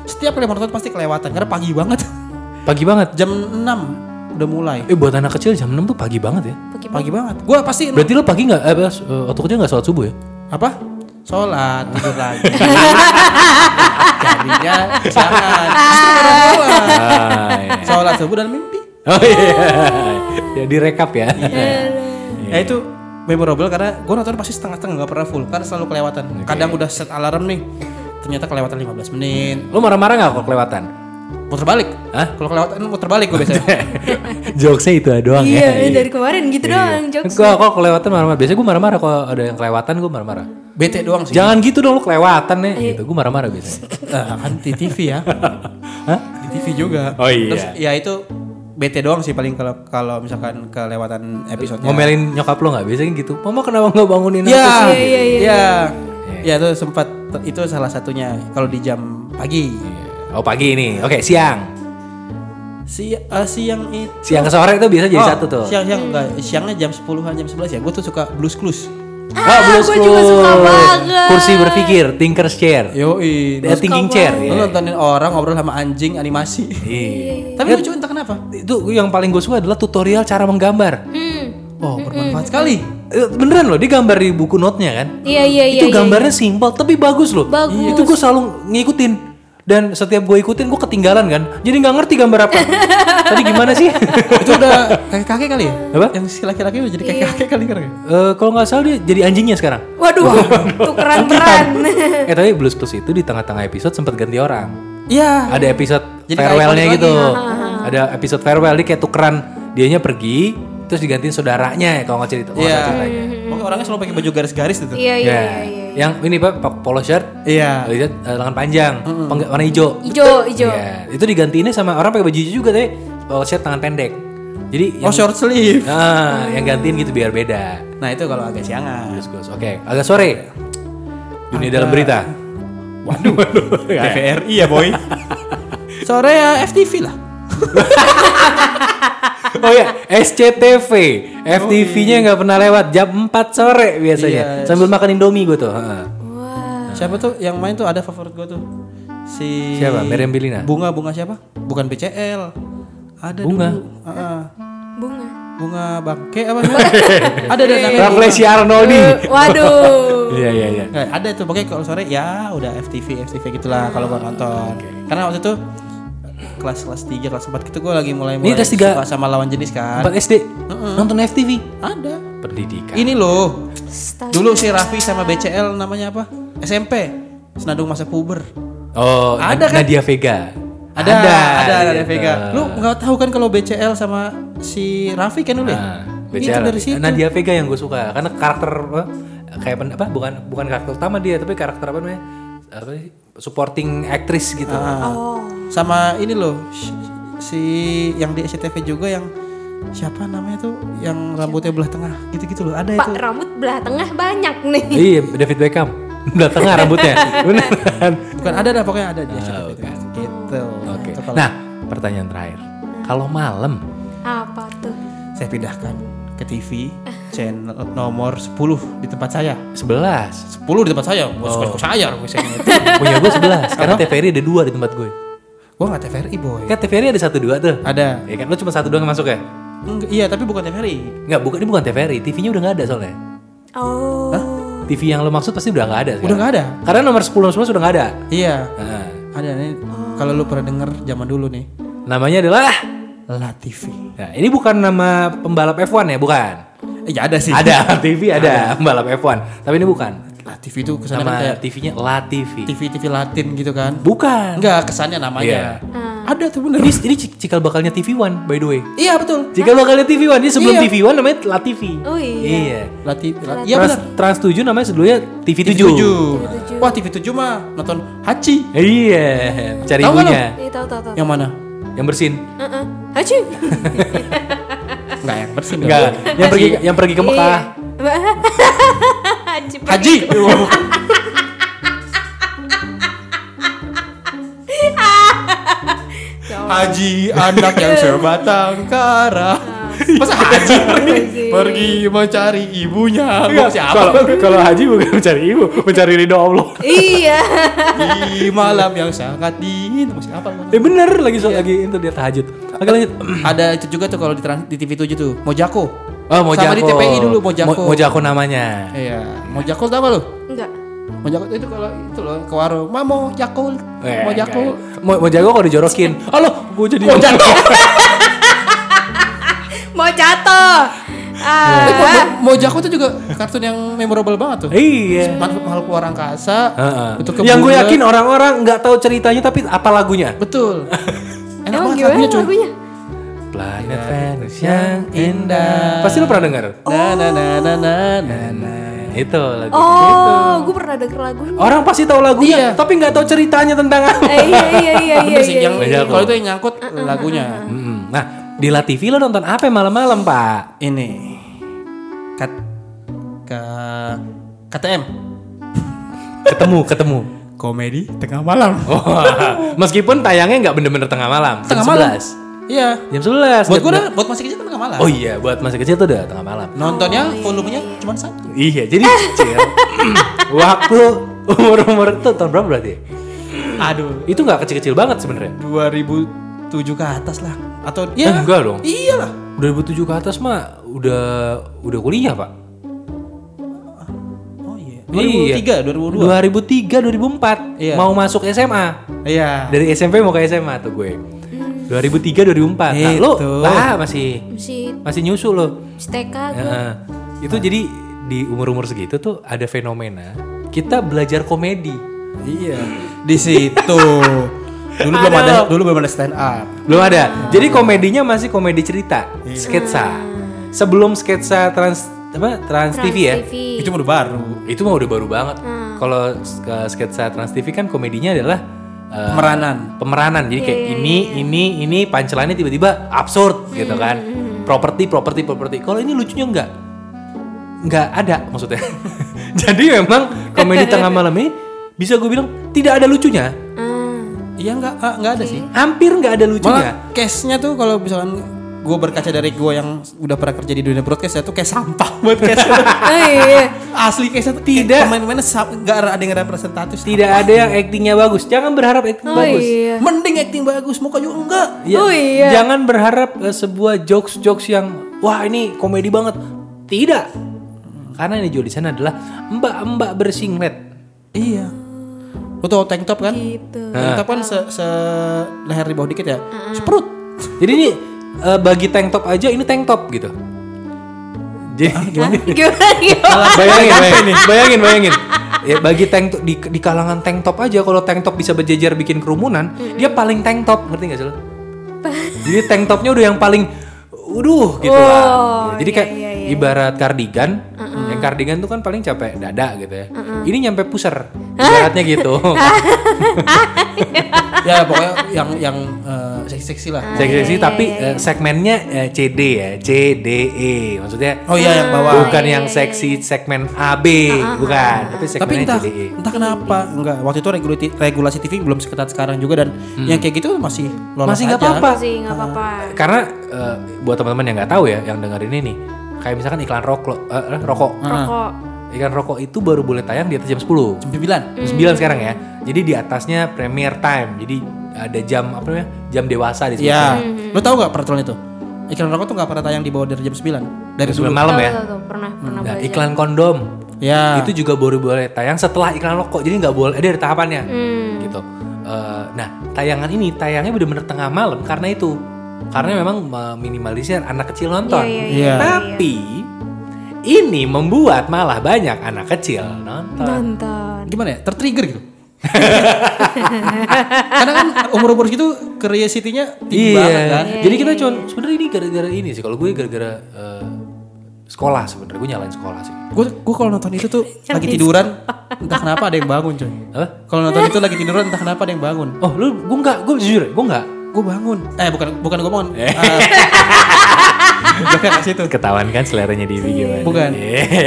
Setiap kali mau nonton pasti kelewatan karena pagi banget.
Pagi banget.
Jam 6 udah mulai.
Eh buat anak kecil jam 6 tuh pagi banget ya.
Pagi
Pagi banget. Gua pasti
Berarti lo pagi nggak eh pas, eh, waktu kerja nggak sholat subuh ya?
apa sholat tidur lagi jadinya jangan Justru kadang sholat. sholat subuh dan mimpi
Oh iya. ya direkap ya.
ya itu memorable karena gue nonton pasti setengah-setengah nggak pernah full karena selalu kelewatan. Kadang udah set alarm nih, ternyata kelewatan 15 menit.
Lu marah-marah nggak kalau kelewatan?
Muter balik.
Hah?
Kalau kelewatan muter balik gue biasanya.
Jokesnya itu doang
iya,
ya.
dari kemarin gitu doang jokes.
Enggak, kalau kelewatan marah-marah. Biasanya gue marah-marah kalau ada yang kelewatan gue marah-marah.
Bete doang sih.
Jangan gitu dong lu kelewatan ya
Iya.
gitu. Gue marah-marah biasanya.
Ah, kan di TV ya.
Hah?
Di TV juga.
Oh, iya.
Terus ya itu bete doang sih paling kalau kalau misalkan kelewatan episode
Ngomelin nyokap lo nggak? Biasanya gitu. Mama kenapa nggak bangunin aku
Ya,
sih?
iya, iya, Ya itu sempat itu salah satunya kalau di jam pagi.
Oh pagi ini. Oke siang.
Si eh, siang itu
Siang ke sore itu biasa
Oh,
jadi Iya, satu tuh.
Siang siang enggak, siangnya jam 10-an jam 11 ya. Gue tuh suka blues clues.
Ah, Blues
gua juga
Clues.
suka banget.
Kursi berpikir, Thinker's Chair.
Yo,
The thinking chair.
Lu
Iya.
nontonin orang ngobrol sama anjing animasi.
Iya.
Tapi lucu entah kenapa.
Itu yang paling gue suka adalah tutorial cara menggambar.
Hmm.
Oh, bermanfaat sekali.
Eh, Beneran loh, dia gambar di buku notnya kan.
Iya, iya, iya.
itu
iya.
gambarnya simpel tapi bagus loh.
Bagus.
Itu gue selalu ngikutin dan setiap gue ikutin gue ketinggalan kan. Jadi nggak ngerti gambar apa. Tadi gimana sih?
itu udah kakek-kakek kali ya?
Apa?
Yang si laki-laki udah jadi kakek-kakek kali kan?
Eh, kalau nggak salah dia jadi anjingnya sekarang.
Waduh, tukeran peran.
eh tapi Blues Clues itu di tengah-tengah episode sempat ganti orang.
Iya.
Ada episode
Jadi kayak
farewellnya
ikonik
gitu.
Ah,
Ada episode farewell dia kayak tukeran dianya pergi terus digantiin saudaranya ya kalau nggak cerita. kalau
Iya.
nggak ceritanya.
Pokoknya orangnya selalu pakai baju garis-garis gitu.
Iya, iya,
Ya.
iya, iya.
Yang ini pak pa- polo shirt,
Iya.
eh, lengan panjang, pengga- warna hijau.
Ijo, ijo.
Iya, itu digantiinnya sama orang pakai baju hijau juga tapi kalau shirt tangan pendek. Jadi
Oh, short sleeve.
Nah, yang gantiin gitu biar beda.
Nah, itu kalau agak siangan.
Terus gua- Oke, agak sore. Dunia dalam berita. Waduh, Iya,
TVRI ya, boy. Sore ya FTV lah.
Oh ya, SCTV, FTV-nya nggak pernah lewat jam 4 sore biasanya.
Oh, Iya.
Sambil makan Indomie gue tuh. heeh.
Wah.
Siapa tuh yang main tuh ada favorit gue tuh. Si
Siapa? Meriam Bellina?
Bunga bunga siapa? Bukan BCL. Ada
Bunga.
dulu. Ah, ah.
Bunga.
bunga bangke apa? ada ada ada. Eh.
Rafflesia Arnoldi.
Waduh.
Iya, iya, iya.
Nggak, ada tuh pokoknya kalau sore ya udah FTV FTV gitulah kalau gua nonton. Karena waktu itu kelas kelas 3 kelas 4 gitu gua lagi mulai mulai
Ini kelas tiga.
suka sama lawan jenis kan.
4 SD nonton FTV.
Ada.
Pendidikan.
Ini loh. Dulu si Raffi sama BCL namanya apa? SMP. Senandung masa puber.
Oh,
Ada
ada
kan?
Nadia Vega.
Ada, ada, ada, ada,
gitu.
Vega. Lu nggak tahu kan kalau BCL sama si Raffi kan dulu
Nah,
ya?
BCL.
Itu dari situ.
Nadia Vega yang gue suka karena karakter eh, kayak pen- apa bukan bukan karakter utama dia tapi karakter apa namanya apa sih supporting actress gitu.
Ah.
Oh.
Sama ini loh sh- si yang di SCTV juga yang siapa namanya tuh yang rambutnya belah tengah gitu-gitu loh. Ada itu.
Pak rambut belah tengah banyak nih.
Iya David Beckham belah tengah rambutnya. Beneran.
Bukan ada dah pokoknya ada di SCTV. Gitu.
Ah, Oke.
Itu kalau
Nah pertanyaan terakhir kalau malam
Apa tuh?
saya pindahkan ke TV channel nomor 10 di tempat saya.
11
10 di tempat saya. Gua
Oh.
suka saya orang saya itu.
punya gue 11 karena TVRI ada dua di tempat gue.
Gua enggak TVRI, boy.
Kan TVRI ada satu dua tuh.
Ada.
Ya kan lu cuma satu doang yang masuk ya?
Enggak, iya, tapi bukan TVRI.
Enggak, bukan ini bukan TVRI, TV-nya udah nggak ada soalnya.
Oh.
TV yang lo maksud pasti udah nggak ada. sekarang.
Udah nggak ada.
Karena nomor 10 semua sudah nggak ada.
Iya.
Nah,
Ada nih, kalau lu pernah denger zaman dulu nih,
namanya adalah.
Latifi.
Nah, ini bukan nama pembalap F1 ya, bukan.
Eh, ya ada sih.
Ada TV Iya. ada pembalap F1, tapi ini bukan.
Latifi itu kesannya kan
Nama
kayak
TV-nya La TV.
TV TV Latin gitu kan?
Bukan.
Enggak, kesannya namanya.
Iya.
Ada tuh bener.
Ini, ini cik- cikal bakalnya TV One by the way.
Iya betul.
Cikal bakalnya TV One, ini sebelum
Iya.
TV One namanya La TV.
Oh iya.
Latifi. La- Iya
Iya
bener.
Trans, Trans 7 namanya sebelumnya TV 7.
tujuh. Wah TV 7 mah nonton Hachi.
Iya, cari
Tahu nggak lo?
ibunya
Iya tahu tahu tahu.
Yang mana?
yang bersin.
Heeh. Haji.
Enggak yang bersih.
Enggak, yang pergi yang pergi ke
Iya.
Mekah.
Iya. Haji.
ah.
Pak.
Haji. Haji anak yang serbatang kara. Masa Haji Ah. pergi, pergi mencari ibunya. Mau siapa?
kalau haji bukan mencari ibu, mencari ridho Allah.
Iya.
Di malam yang sangat dingin. Mau siapa?
Eh bener lagi soal
Iya.
lagi itu dia tahajud. Oke lanjut.
Ada itu juga tuh kalau di, trans- di TV 7 tuh. Mojako.
Oh Mojako.
Sama di TPI dulu Mojako.
Mo- Mojako namanya.
Iya. Mojako tau gak lu?
Enggak.
Mojako itu kalau itu loh ke warung. Ma Mojako.
Eh,
Mojako.
enggak. Mo- Mojako kalau dijorokin. Halo, gue jadi
Mojako.
Mau jatuh.
Tapi
Ah,
Moja- Mojako itu juga kartun yang memorable banget tuh.
Iya.
Makhluk makhluk luar angkasa. bentuknya
Yang gue
bulat.
yakin orang-orang nggak tahu ceritanya tapi apa lagunya?
Betul. Enak
emang
banget
gimana
lagunya cuy.
lagunya?
Planet Venus yang indah. Pasti lu pernah dengar?
Na na na na na na na.
Itu
Gitu.
lagu.
Oh, gue pernah denger lagunya.
Orang pasti tahu lagunya, tapi nggak tahu ceritanya tentang apa.
Eh, iya iya iya iya.
Bener sih
iya.
yang
iya.
kalau itu yang nyangkut lagunya.
Mm-mm. Nah, di La TV lo nonton apa malam-malam, Pak?
Ini. Kat ke KTM.
Ketemu, ketemu.
Komedi tengah malam.
Wah, meskipun tayangnya nggak bener-bener tengah malam. jam
Tengah malam.
11.
Iya.
Jam
Buat
11. jam
gue
dua-
udah buat masih kecil kan tengah malam.
Oh iya, buat masih kecil tuh udah tengah malam.
Nontonnya volumenya cuma satu.
Iya, jadi kecil. Waktu umur-umur itu tahun berapa berarti?
Aduh.
Itu nggak kecil-kecil banget sebenarnya.
2007 ke atas lah atau iya.
Eh, enggak dong.
iyalah
2007 ke atas mah udah udah kuliah, Pak.
oh iya 2003
Iya.
2002
2003, 2004
Iya.
mau masuk SMA.
iya
Dari SMP mau ke SMA tuh gue. 2003 2004. Nah, lo
Itu.
lah masih
Si
masih nyusul lo.
si TK gue.
Nah, itu jadi di umur-umur segitu tuh ada fenomena kita belajar komedi.
iya di situ dulu belum ada dulu belum ada stand up
Belum ada. Jadi komedinya masih komedi cerita, sketsa. Sebelum sketsa trans apa trans, TV ya.
TV.
itu baru baru
Itu mah udah baru banget. Kalau eh, sketsa trans TV kan komedinya adalah eh,
meranan
pemeranan jadi kayak ini ini ini pancelannya tiba-tiba absurd gitu kan properti properti properti kalau ini lucunya enggak enggak ada maksudnya jadi memang komedi tengah malam ini bisa gue bilang tidak ada lucunya
Ah.
iya nggak ah, nggak ada sih
hampir nggak ada lucunya
malah case nya tuh kalau misalkan gue berkaca dari gue yang udah pernah kerja di dunia broadcast ya tuh kayak sampah buat case
Oh iya.
asli case nya tuh
Tidak.
pemain-pemainnya sa- nggak ada yang representatif
tidak ada yang actingnya bagus jangan berharap acting
Oh
bagus
iya.
mending acting bagus muka juga enggak
Ya,
Oh iya.
jangan berharap eh, sebuah jokes jokes yang wah ini komedi banget tidak karena yang dijual di sana adalah mbak-mbak bersinglet
iya lu tau tank top kan
Gitu.
Tank top kan se, se- leher di bawah dikit ya.
Ah.
Seperut.
Jadi ini eh, bagi tank top aja ini tank top gitu. Jadi
Hah? Gimana gimana?
bayangin, bayangin, bayangin, bayangin. Ya bagi tank top- di, di kalangan tank top aja kalau tank top bisa berjejer bikin kerumunan, dia paling tank top, ngerti gak sih lo? Jadi tank topnya udah yang paling Waduh gitu lah. Jadi
iya,
kayak ibarat kardigan, yang kardigan tuh kan paling capek dada gitu ya. Ini nyampe pusar. Ibaratnya gitu.
Ah, ya pokoknya yang yang eh, seksi-seksi lah.
Seksi-seksi tapi
iya,
eh, segmennya eh, CD ya, CDE. Maksudnya
Oh iya Ah, yang bawah.
bukan yang seksi segmen AB, bukan. Tapi
Tapi
segmennya E.
entah
CDE.
entah kenapa enggak waktu itu regulasi regulasi TV belum seketat sekarang juga dan yang kayak gitu masih lolos
Masih nggak
aja.
apa-apa.
Sih nggak apa-apa.
Karena eh, buat teman-teman yang nggak tahu ya, yang dengerin ini kayak misalkan iklan rokok, eh, rokok.
Rokok.
Iklan rokok itu baru boleh tayang di atas jam 10.
Jam 9.
Jam 9 sekarang ya. Jadi di atasnya premier time. Jadi ada jam apa namanya? Jam dewasa di
Iya.
sana.
Lu tahu nggak peraturan itu? Iklan rokok tuh nggak pernah tayang di bawah dari jam 9 dari dulu.
9 malam ya.
Tuh, tuh, pernah pernah
Nah,
belajar.
iklan kondom.
Ya.
itu juga baru boleh tayang setelah iklan rokok jadi nggak boleh ada tahapannya
Hmm.
gitu Eh, nah tayangan ini tayangnya benar-benar tengah malam karena itu karena memang minimalisir anak kecil nonton
iya, iya.
tapi ini membuat malah banyak anak kecil nonton
Nonton.
gimana ya? Tertrigger gitu. Karena kan umur-umur gitu curiosity-nya tinggi
Iya.
banget kan.
Jadi kita cuman sebenarnya ini gara-gara ini sih. Kalau gue gara-gara eh, sekolah sebenarnya gue nyalain sekolah sih.
Gue gue kalau nonton itu tuh lagi tiduran, entah kenapa ada yang bangun coy.
Apa?
Kalau nonton itu lagi tiduran, entah kenapa ada yang bangun.
Oh lu gue nggak gue jujur gue nggak
Gue bangun. Eh bukan bukan gue bangun. Eh. joknya kasih itu.
ketahuan kan seleranya di Iya. gimana?
Bukan.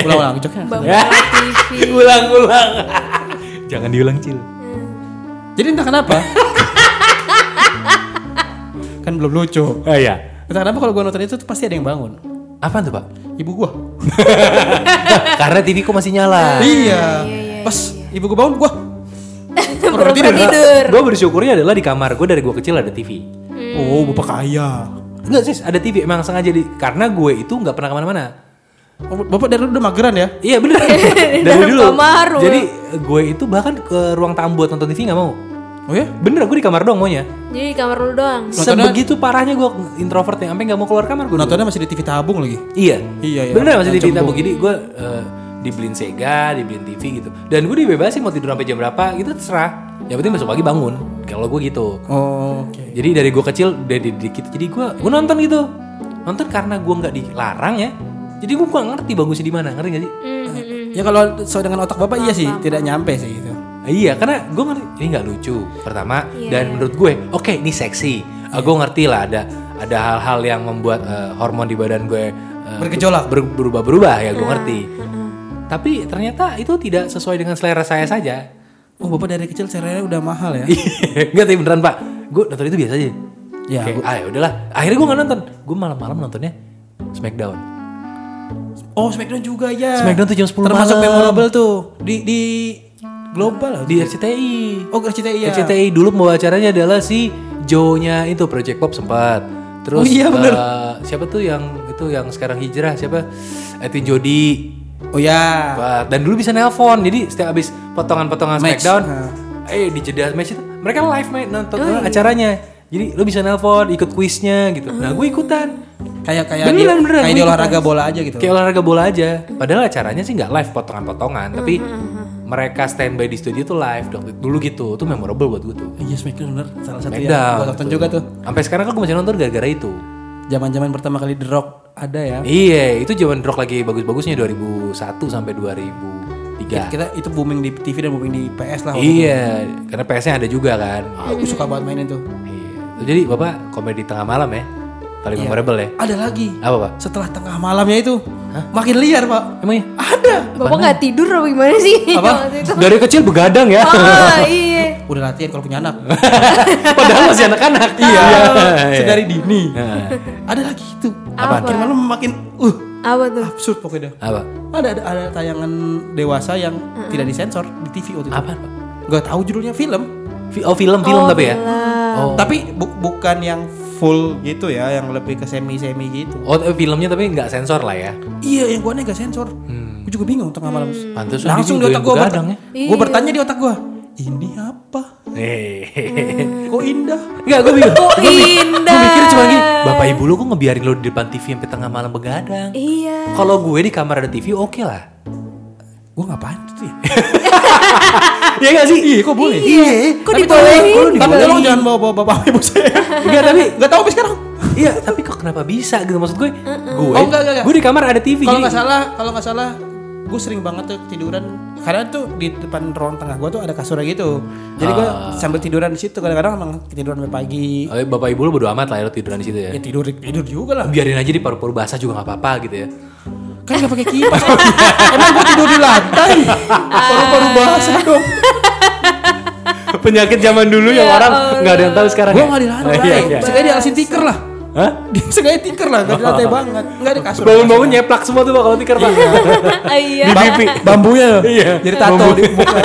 Ulang-ulang joknya. nggak situ.
Bangga TV.
Ulang-ulang. Jangan diulang cil.
Jadi entah kenapa. kan belum lucu.
Ah ya.
Entah kenapa kalau gue nonton itu tuh pasti ada yang bangun.
Apa tuh pak?
Ibu gue.
Karena TV ku masih nyala.
iya. Pas ibu gue bangun gue.
Pernah tidur.
Gue bersyukurnya adalah di kamar gue dari gue kecil ada TV.
Oh bapak kaya.
Enggak sih, ada TV emang sengaja di karena gue itu nggak pernah kemana-mana.
Oh, bapak dari dulu udah mageran ya?
Iya bener
dalam kamar,
Jadi gue itu bahkan ke ruang tamu buat nonton TV nggak mau.
Oh ya?
Bener, gue di kamar doang maunya.
Jadi di kamar lu doang.
Nontonnya-
Sebegitu parahnya gue introvert yang sampai nggak mau keluar kamar gue.
Nontonnya masih di TV tabung lagi.
Iya.
Iya, iya.
Bener masih di Tabung. Jadi gue eh, dibeliin Sega, dibeliin TV gitu. Dan gue dibebasin mau tidur sampai jam berapa gitu terserah. Yang penting besok pagi bangun. Kalau gue gitu.
Oh, oke.
Jadi dari gue kecil udah dididik gitu. Jadi gue gue nonton gitu. Nonton karena gue nggak dilarang ya. Jadi gue nggak ngerti bagusnya di mana, ngerti gak sih?
Ya kalau so dengan otak Bapak iya sih, tidak nyampe sih gitu. itu.
Iya, karena gue ngerti ini nggak lucu pertama dan menurut gue, oke ini seksi. Ah, gue ngerti lah ada ada hal-hal yang membuat eh, hormon di badan gue eh,
Bergejolak.
ber- berubah-berubah ya gue ngerti. Tapi ternyata itu tidak sesuai dengan selera saya saja.
Oh, Bapak dari kecil serenya udah mahal ya.
Enggak tapi beneran pak, gue nonton itu biasa aja.
Ya,
Kayak, ah ya udahlah. Akhirnya gue nggak nonton. Gue malam-malam nontonnya Smackdown.
Oh, Smackdown juga ya.
Smackdown tuh jam 10
Termasuk
malam.
memorable tuh di di global lah.
Di RCTI.
Oh, RCTI ya.
RCTI dulu pembawa acaranya adalah si Joe-nya itu Project Pop sempat. Terus
Oh iya, bener.
eh, siapa tuh yang itu yang sekarang hijrah siapa? Edwin Jody.
Oh ya.
Wah, Dan dulu bisa nelpon. Jadi setiap habis potongan-potongan
Match.
Smackdown,
Nah.
eh di jeda match itu mereka live main
Oh,
nonton eh,
iya.
acaranya. Jadi lu bisa nelpon, ikut kuisnya gitu. Nah, gue ikutan.
Kayak kayak di,
Beneran, beneran,
kayak
gua
di
ikutan.
olahraga bola aja gitu.
Kayak olahraga bola aja. Padahal acaranya sih nggak live potongan-potongan,
Hmm,
tapi mereka standby di studio tuh live dok. Dulu gitu. Itu memorable buat gue tuh.
Iya, Smackdown bener salah satu ya.
Smackdown
Gua nonton juga tuh.
Sampai sekarang kan gue masih nonton gara-gara itu.
Zaman-zaman pertama kali The Rock ada ya.
Iya, itu zaman rock lagi bagus-bagusnya 2001 sampai 2003.
Kita itu booming di TV dan booming di PS lah. waktu
Iya, karena PS-nya ada juga kan.
itu. Aku suka banget mainin tuh.
Iya. Jadi Bapak komedi tengah malam ya. Paling memorable ya.
Ada lagi.
Apa, Pak?
Setelah tengah malamnya itu makin liar, Pak.
Emang ya?
Ada.
Bapak nggak tidur apa gimana sih?
Apa?
waktu itu?
Dari kecil begadang ya.
Oh iya.
Udah latihan kalau punya anak.
Padahal masih anak-anak. Iya.
Sedari dini.
Nah,
ada lagi itu.
Apaan?
Makin malam makin uh
Apa tuh?
absurd pokoknya. dah.
Apa?
Ada ada, ada tayangan dewasa yang tidak disensor di TV waktu itu.
Apaan, Pak?
Gak tahu judulnya film.
Fi- Oh, film-film tapi ya.
iya.
Oh.
Tapi bu- bukan yang full gitu ya, yang lebih ke semi-semi gitu.
Oh, eh, filmnya tapi nggak sensor lah ya.
Iya, yang gua gak sensor.
Hmm.
Gue juga bingung tengah malam.
Pantes
Langsung di
dia
otak gua
begadang
bertanya.
ya.
Gua bertanya di otak gua, ini apa?
Hehehe.
Kok indah?
Enggak, gue Iya. bingung. Gue
Indah.
mikir cuma gini, bapak ibu lu kok ngebiarin lu di depan TV sampai tengah malam begadang.
Iya.
Kalau gue di kamar ada TV oke lah.
Gua ngapain itu ya?
Iya gak sih? Iya, kok boleh? Iya.
Kok
Tapi
dibolehin?
tolong- tolong
Tapi
dibolehin.
tolong jangan bawa bawa bapak ibu saya.
Enggak, tapi
Gak tahu sampai sekarang.
iya, tapi kok kenapa bisa gitu maksud gue? Gue
Oh, enggak, enggak, enggak.
Gue di kamar ada TV.
Kalau
jadi-
nggak salah, kalau nggak salah, gue sering banget tuh tiduran. Karena tuh di depan ruang tengah gue tuh ada kasur gitu. Jadi gue sambil tiduran di situ kadang-kadang emang tiduran sampai pagi.
Eh, bapak ibu lu bodo amat lah lu tiduran di situ ya.
Ya tidur tidur juga lah.
Biarin aja di paru-paru basah juga nggak apa-apa gitu ya.
Kan nggak pakai kipas. emang gue tidur di lantai. Paru-paru basah dong.
Penyakit zaman dulu yang orang Iya, nggak ada yang tahu sekarang.
Gue
ya?
nggak di lantai.
Oh, iya, iya.
Sengaja di alasin tikar lah.
Hah?
Sengaja tikar lah. Gak di lantai banget. Nggak di kasur.
Bangun-bangun nyeplak semua tuh Pak, kalau tikar Pak.
Iya.
Bam- bambunya loh.
Iya.
Jadi tato
Bambu.
di muka.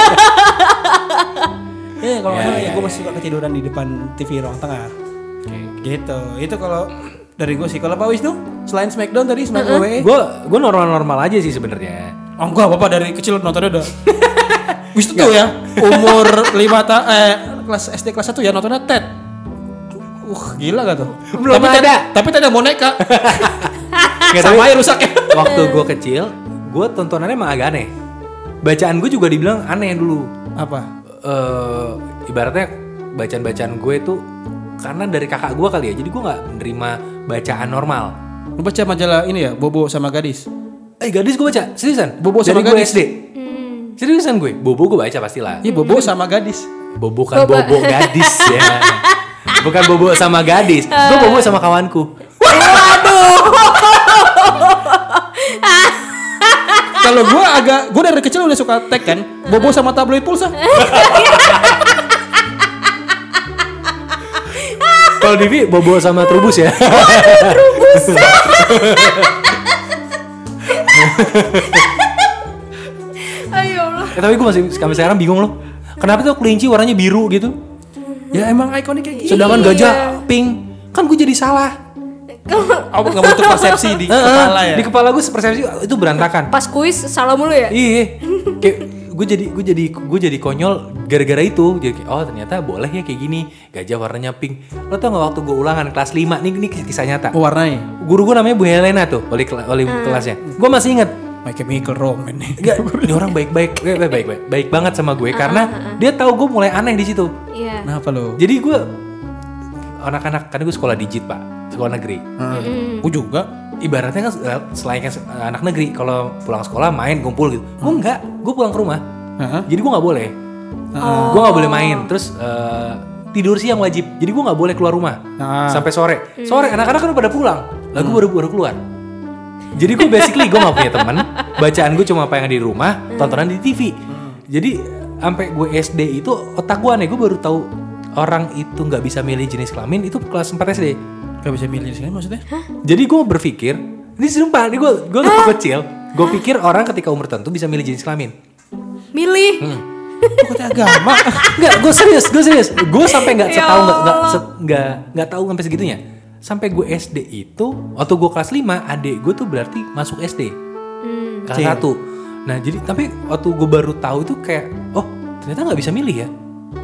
Iya, kalau nggak salah ya, gue masih suka ketiduran di depan TV ruang tengah. Gitu. Itu kalau dari gue sih. Kalau Pak Wisnu, selain Smackdown tadi Smackdown WWE.
Gue gue normal-normal aja sih sebenarnya.
Oh enggak, Bapak dari kecil nontonnya udah. Wisnu tuh ya, umur 5 ta eh kelas SD kelas 1 ya nontonnya Ted. Uh, gila gak tuh?
Belum
tapi Ted-
ada.
tapi Ted ada boneka.
Nggak,
Sama
tapi-
aja rusaknya.
waktu gue kecil, gue tontonannya emang agak aneh. Bacaan gue juga dibilang aneh dulu.
Apa?
eh ibaratnya bacaan-bacaan gue itu karena dari kakak gue kali ya, jadi gue nggak menerima bacaan normal.
Lu baca majalah ini ya, Bobo sama gadis.
Eh gadis gue baca, seriusan.
Bobo
dari
sama
gue
gadis.
SD. Seriusan gue, bobo gue baca pastilah.
Iya, Bobo sama gadis.
Bobo kan bobo gadis ya. Bukan bobo sama gadis, gue bobo sama kawanku.
Kalau gue agak, gue dari kecil udah suka tag kan, bobo sama tabloid pulsa.
Eh. Kalau Divi bobo sama Trubus ya.
Ayo Allah.
Eh, tapi gue masih sampai sekarang bingung loh. Kenapa tuh kelinci warnanya biru gitu?
ya emang ikonik kayak gitu.
Sedangkan
Iya.
gajah pink. Kan gue jadi salah.
Aku nggak butuh persepsi di ya?
Heeh, Di kepala gue persepsi "Oh, itu berantakan.
Pas kuis salah mulu ya?
Iya. Kayak gue gue jadi gue jadi gue jadi konyol gara-gara itu jadi kayak, oh ternyata boleh ya kayak gini gajah warnanya pink lo tau nggak waktu gue ulangan kelas 5 nih ini kisah nyata
Oh, warnanya
guru gue namanya Bu Helena tuh wali, kela- wali kelasnya gue masih inget
My Chemical Romance nih.
Enggak, ini orang baik-baik, eh, baik, baik, baik, baik banget sama gue karena dia tahu gue mulai aneh di situ.
Iya.
Kenapa lo?
Jadi gue anak-anak karena gue sekolah digit pak, sekolah negeri.
Gue juga.
Ibaratnya kan eh, selain kan se- anak negeri kalau pulang sekolah main kumpul gitu. Gue enggak, gue pulang ke rumah.
Heeh.
Jadi gue nggak boleh. Gue nggak boleh main. Terus eh, tidur siang wajib. Jadi gue nggak boleh keluar rumah
Ah.
sampai sore. Sore anak-anak kan udah pada pulang. Lah gue baru baru keluar. Jadi gue basically gue nggak punya teman. Bacaan gue cuma apa yang ada di rumah, tontonan di TV. Jadi sampai gue SD itu otak gue aneh. Gue baru tahu orang itu nggak bisa milih jenis kelamin itu kelas 4 SD.
Gak bisa milih sini maksudnya?
Jadi gue berpikir, ini sumpah, ini gue gue waktu kecil, gue pikir orang ketika umur tertentu bisa milih jenis kelamin.
Milih.
Kok kata agama?
Enggak, gue serius, gue serius. Gue sampai nggak setahu nggak nggak se- nggak nggak tahu sampai segitunya. Sampai gue SD itu, waktu gue kelas 5, adik gue tuh berarti masuk SD. Kelas
Kecil.
satu. Nah jadi tapi waktu gue baru tahu itu kayak, oh ternyata nggak bisa milih ya.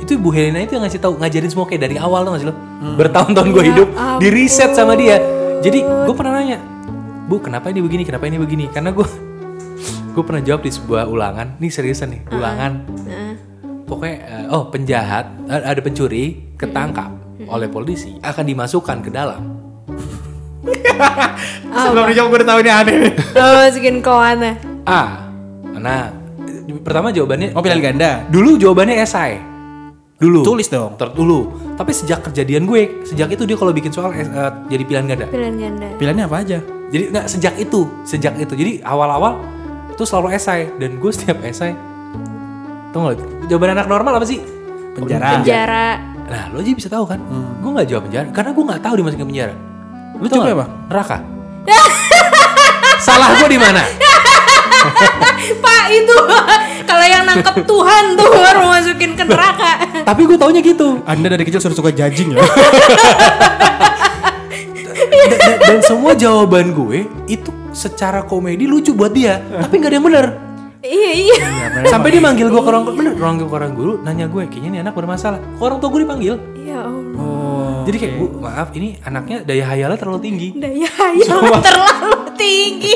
Itu Ibu Helena itu yang ngasih tahu ngajarin semua kayak dari awal tuh nggak sih lo? Bertahun-tahun gue hidup di riset sama dia. Jadi gue pernah nanya, Bu kenapa ini begini, kenapa ini begini? Karena gue gue pernah jawab di sebuah ulangan, nih seriusan nih, ulangan pokoknya eh, oh penjahat eh, ada pencuri ketangkap oleh polisi akan dimasukkan ke dalam
Oh,
Sebelum dijawab gue udah tahu ini aneh. nih.
Lo Oh, masukin ke mana?
A nah eh, pertama jawabannya
Oh pilihan ganda.
dulu jawabannya esai dulu
Tulis dong.
Ter- dulu tapi sejak kejadian gue sejak itu dia kalau bikin soal eh, eh, jadi pilihan ganda
Pilihan ganda.
Pilihannya apa aja?
jadi nggak sejak itu sejak itu jadi awal-awal itu selalu esai dan gue setiap esai tau nggak jawaban anak normal apa sih
Penjara.
Penjara.
Nah, lo aja bisa tahu kan? Gue nggak jawab penjara karena gue nggak tahu dimasukin ke penjara.
Lu
Tau
coba
nggak?
apa?
Neraka. Salah gue di mana?
Pak itu kalau yang nangkep Tuhan tuh baru masukin ke neraka.
Tapi gue taunya gitu.
Anda dari kecil sudah suka judging ya?
Dan, dan- dan semua jawaban gue itu secara komedi lucu buat dia, tapi nggak ada yang bener.
Iya iya.
Sampai dia manggil gue ke orang bener, orang ke orang guru, nanya gue, kayaknya nih anak bermasalah. Kok orang tua gue dipanggil?
Ya Allah.
oh.
Jadi kayak, "Bu, maaf, ini anaknya daya hayalnya terlalu tinggi.
Daya hayal ya, terlalu tinggi.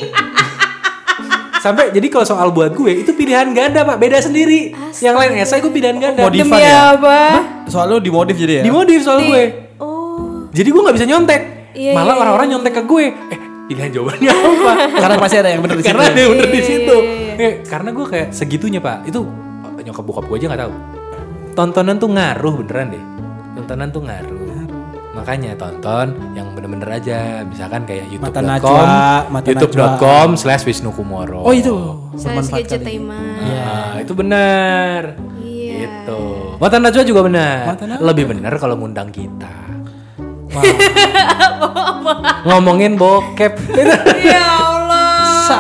Sampai jadi kalau soal buat gue itu pilihan ganda pak, beda sendiri. Yang lain esai gue pilihan ganda.
Modifan
Demi
ya?
apa?
Soal lu dimodif jadi ya?
Dimodif soal gue.
Oh.
Jadi gue nggak bisa nyontek.
Iya,
Malah
iya,
orang-orang nyontek ke gue. Eh, pilihan jawabannya apa?
Karena pasti ada yang bener di ya?
karena ada
sini.
yang bener di
Iya,
situ.
iya,
Eh, karena gue kayak segitunya pak. Itu oh, nyokap bokap gue aja nggak tahu. Tontonan tuh ngaruh beneran deh. Tontonan tuh ngaruh. Makanya tonton yang bener-bener aja. Misalkan kayak youtube.com
najwa, mata
youtube.com slash Wisnu Kumoro.
Oh itu.
Saya gadget ya. tema.
Ah, itu benar.
Iya.
Gitu. Mata Najwa juga benar. Lebih benar kalau ngundang kita. Ngomongin bokep.
Ya Allah.
Sa,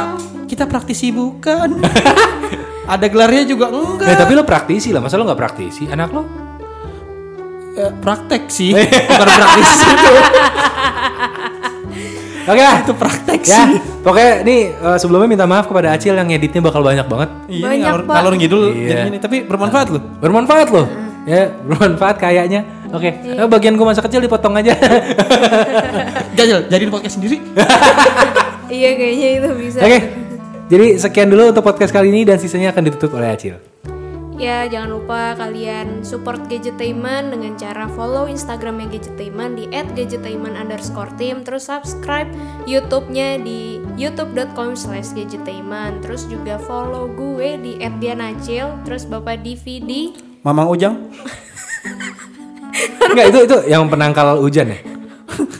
kita praktisi bukan. ada gelarnya juga enggak.
Ya, tapi lo praktisi lah, masa lo nggak praktisi? Anak lo?
Eh, praktek sih. Bukan praktisi itu.
Oke lah.
Itu praktek
Ya,
sih.
pokoknya nih eh, sebelumnya minta maaf kepada Acil yang editnya bakal banyak banget.
Iya,
Banyak,
ngalur,
Pak.
ngalur ngidul
Iya.
jadi ini tapi bermanfaat loh.
Bermanfaat loh. Ya, bermanfaat kayaknya. Oke, eh, bagian gue masa kecil dipotong aja.
Eh, Jajal, jadiin podcast sendiri.
Iya kayaknya itu bisa.
Oke. Jadi sekian dulu untuk podcast kali ini dan sisanya akan ditutup oleh Acil.
Ya jangan lupa kalian support Gadgetainment dengan cara follow Instagramnya Gadgetainment di @gadgetainment underscore team terus subscribe YouTube-nya di youtube.com slash gadgetainment terus juga follow gue di @dianacil terus bapak DVD
Mamang Ujang.
Enggak, itu itu yang penangkal hujan ya.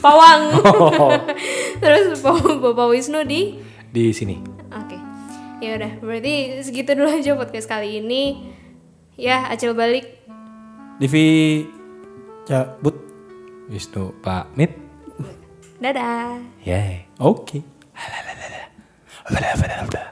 Pawang terus follow bapak Wisnu di
Di sini.
Oke. Ya udah, berarti segitu dulu aja podcast kali ini. Ya, acil balik.
Divi cabut.
Wisnu pamit.
Dadah.
Yeay.
Oke.
Udah, udah, udah.